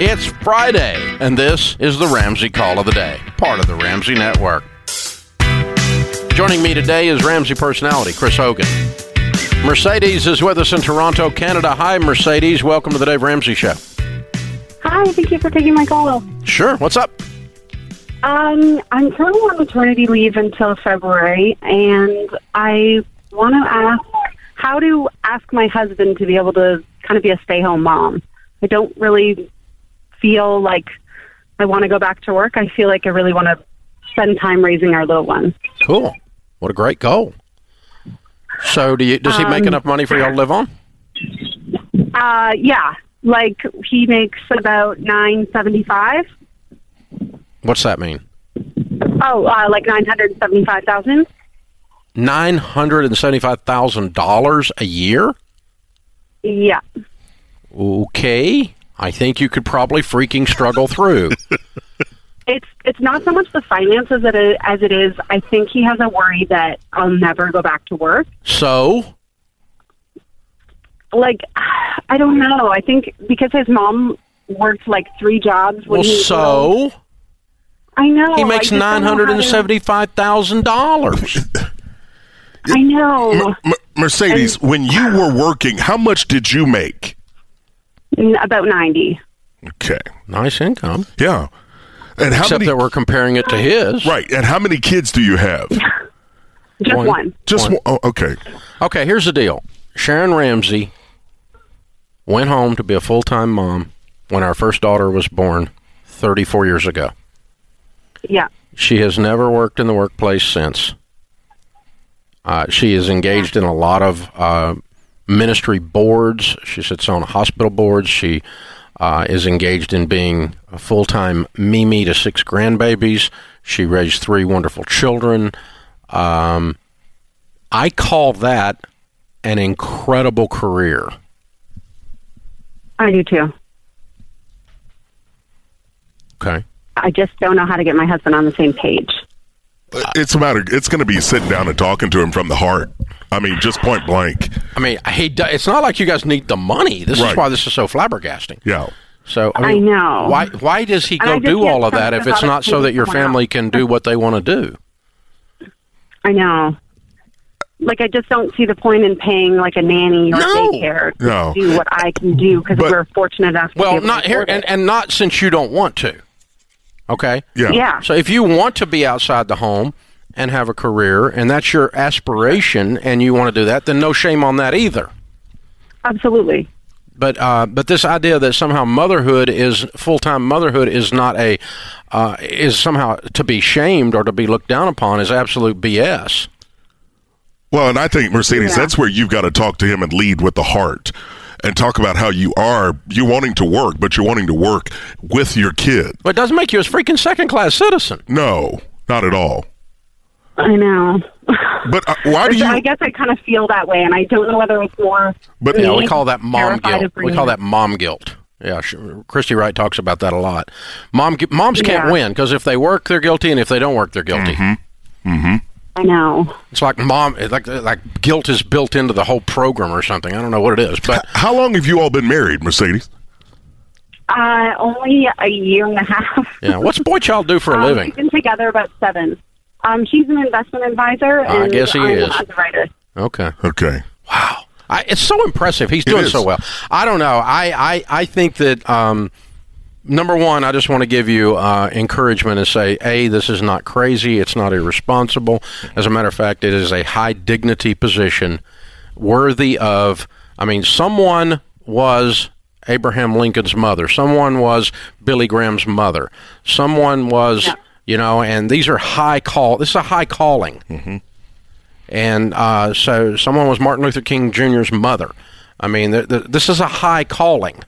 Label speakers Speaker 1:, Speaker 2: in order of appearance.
Speaker 1: It's Friday, and this is the Ramsey Call of the Day, part of the Ramsey Network. Joining me today is Ramsey personality Chris Hogan. Mercedes is with us in Toronto, Canada. Hi, Mercedes. Welcome to the Dave Ramsey Show.
Speaker 2: Hi, thank you for taking my call.
Speaker 1: Sure. What's up?
Speaker 2: Um, I'm currently on maternity leave until February, and I want to ask how to ask my husband to be able to kind of be a stay home mom. I don't really feel like I want to go back to work. I feel like I really want to spend time raising our little one.
Speaker 1: Cool. What a great goal. So, do you does he make
Speaker 2: Um,
Speaker 1: enough money for y'all to live on?
Speaker 2: Uh, yeah, like he makes about nine seventy five.
Speaker 1: What's that mean?
Speaker 2: Oh, uh, like nine hundred seventy five thousand.
Speaker 1: Nine hundred and seventy-five thousand dollars a year.
Speaker 2: Yeah.
Speaker 1: Okay, I think you could probably freaking struggle through.
Speaker 2: It's it's not so much the finances that it, as it is. I think he has a worry that I'll never go back to work.
Speaker 1: so,
Speaker 2: Like I don't know. I think because his mom worked like three jobs. When
Speaker 1: well,
Speaker 2: he,
Speaker 1: so
Speaker 2: I know
Speaker 1: he
Speaker 2: I
Speaker 1: makes
Speaker 2: just don't know how
Speaker 1: nine
Speaker 2: to-
Speaker 1: hundred and seventy-five thousand dollars.
Speaker 2: I know
Speaker 3: M- Mercedes, when you were working, how much did you make?
Speaker 2: N- about ninety.
Speaker 3: Okay.
Speaker 1: nice income,
Speaker 3: Yeah. And how
Speaker 1: except
Speaker 3: many
Speaker 1: that we're comparing it to his.
Speaker 3: Right, and how many kids do you have?
Speaker 2: Just
Speaker 1: One.
Speaker 2: one.
Speaker 3: Just one. Oh, okay.
Speaker 1: Okay, here's the deal. Sharon Ramsey went home to be a full time mom when our first daughter was born 34 years ago.
Speaker 2: Yeah.
Speaker 1: She has never worked in the workplace since. Uh, she is engaged in a lot of uh, ministry boards. She sits on hospital boards. She uh, is engaged in being a full time Mimi to six grandbabies. She raised three wonderful children. Um, I call that an incredible career.
Speaker 2: I do too.
Speaker 1: Okay.
Speaker 2: I just don't know how to get my husband on the same page.
Speaker 3: It's a matter. It's going to be sitting down and talking to him from the heart. I mean, just point blank.
Speaker 1: I mean, he, do- it's not like you guys need the money. This is
Speaker 3: Right.
Speaker 1: why this is so flabbergasting.
Speaker 3: Yeah.
Speaker 1: So I,
Speaker 2: I
Speaker 1: mean,
Speaker 2: know.
Speaker 1: why. Why does he
Speaker 2: And I
Speaker 1: go
Speaker 2: just
Speaker 1: do
Speaker 2: can't
Speaker 1: all of
Speaker 2: trust
Speaker 1: that if
Speaker 2: him
Speaker 1: it's
Speaker 2: about
Speaker 1: not
Speaker 2: it
Speaker 1: so that your
Speaker 2: someone else.
Speaker 1: family can do what they want to do?
Speaker 2: I know. Like I just don't see the point in paying like a nanny or
Speaker 3: No.
Speaker 2: daycare to
Speaker 3: No.
Speaker 2: do what I can do because
Speaker 3: But-
Speaker 2: we're fortunate enough. To be
Speaker 1: Well,
Speaker 2: able
Speaker 1: not
Speaker 2: to
Speaker 1: here,
Speaker 2: afford
Speaker 1: and,
Speaker 2: it.
Speaker 1: and not since you don't want to. Okay.
Speaker 3: Yeah.
Speaker 2: yeah,
Speaker 1: So if you want to be outside the home and have a career, and that's your aspiration, and you want to do that, then no shame on that either.
Speaker 2: absolutely.
Speaker 1: But uh, but this idea that somehow motherhood is full time motherhood is not a uh, is somehow to be shamed or to be looked down upon is absolute BS.
Speaker 3: Well, and I think Mercedes, that's where you've got to talk to him and lead with the heart, and talk about how you are you wanting to work, but you're wanting to work with your kid.
Speaker 1: But it doesn't make you a freaking second class citizen.
Speaker 3: No, not at all.
Speaker 2: I know.
Speaker 3: But uh, why do
Speaker 2: So
Speaker 3: you?
Speaker 2: I guess I kind of feel that way, and I don't know whether it's more.
Speaker 3: But-
Speaker 1: Yeah, we
Speaker 2: me
Speaker 1: call that mom
Speaker 2: terrified
Speaker 1: guilt.
Speaker 2: of
Speaker 1: We call
Speaker 2: bringing-
Speaker 1: that mom guilt. Yeah, sh- Christy Wright talks about that a lot. Mom, gu- moms can't 'cause
Speaker 2: Yeah. Mm-hmm.
Speaker 1: win because if they work, they're guilty, and if they don't work, they're guilty.
Speaker 2: I know.
Speaker 1: It's like mom, it's like like guilt is built into the whole program or something. I don't know what it is, but
Speaker 3: how long have you all been married, Mercedes?
Speaker 2: Uh, only a year and a half.
Speaker 1: yeah. What's boy child do for a
Speaker 2: Um,
Speaker 1: living?
Speaker 2: We've been together about seven. Um, he's an investment advisor.
Speaker 1: I
Speaker 2: and
Speaker 1: guess he
Speaker 2: I'm
Speaker 1: is.
Speaker 2: As a writer.
Speaker 1: Okay.
Speaker 3: Okay.
Speaker 1: Wow. I, it's so impressive. He's doing
Speaker 3: is.
Speaker 1: so well. I don't know. I, I, I think that, um, number one, I just want to give you uh, encouragement and say, A, this is not crazy. It's not irresponsible. As a matter of fact, it is a high dignity position worthy of, I mean, someone was Abraham Lincoln's mother, someone was Billy Graham's mother, someone was, you know, and these are high call. This is a high calling and uh, so someone was Martin Luther King Jr.'s mother. I mean, th th this is a high calling,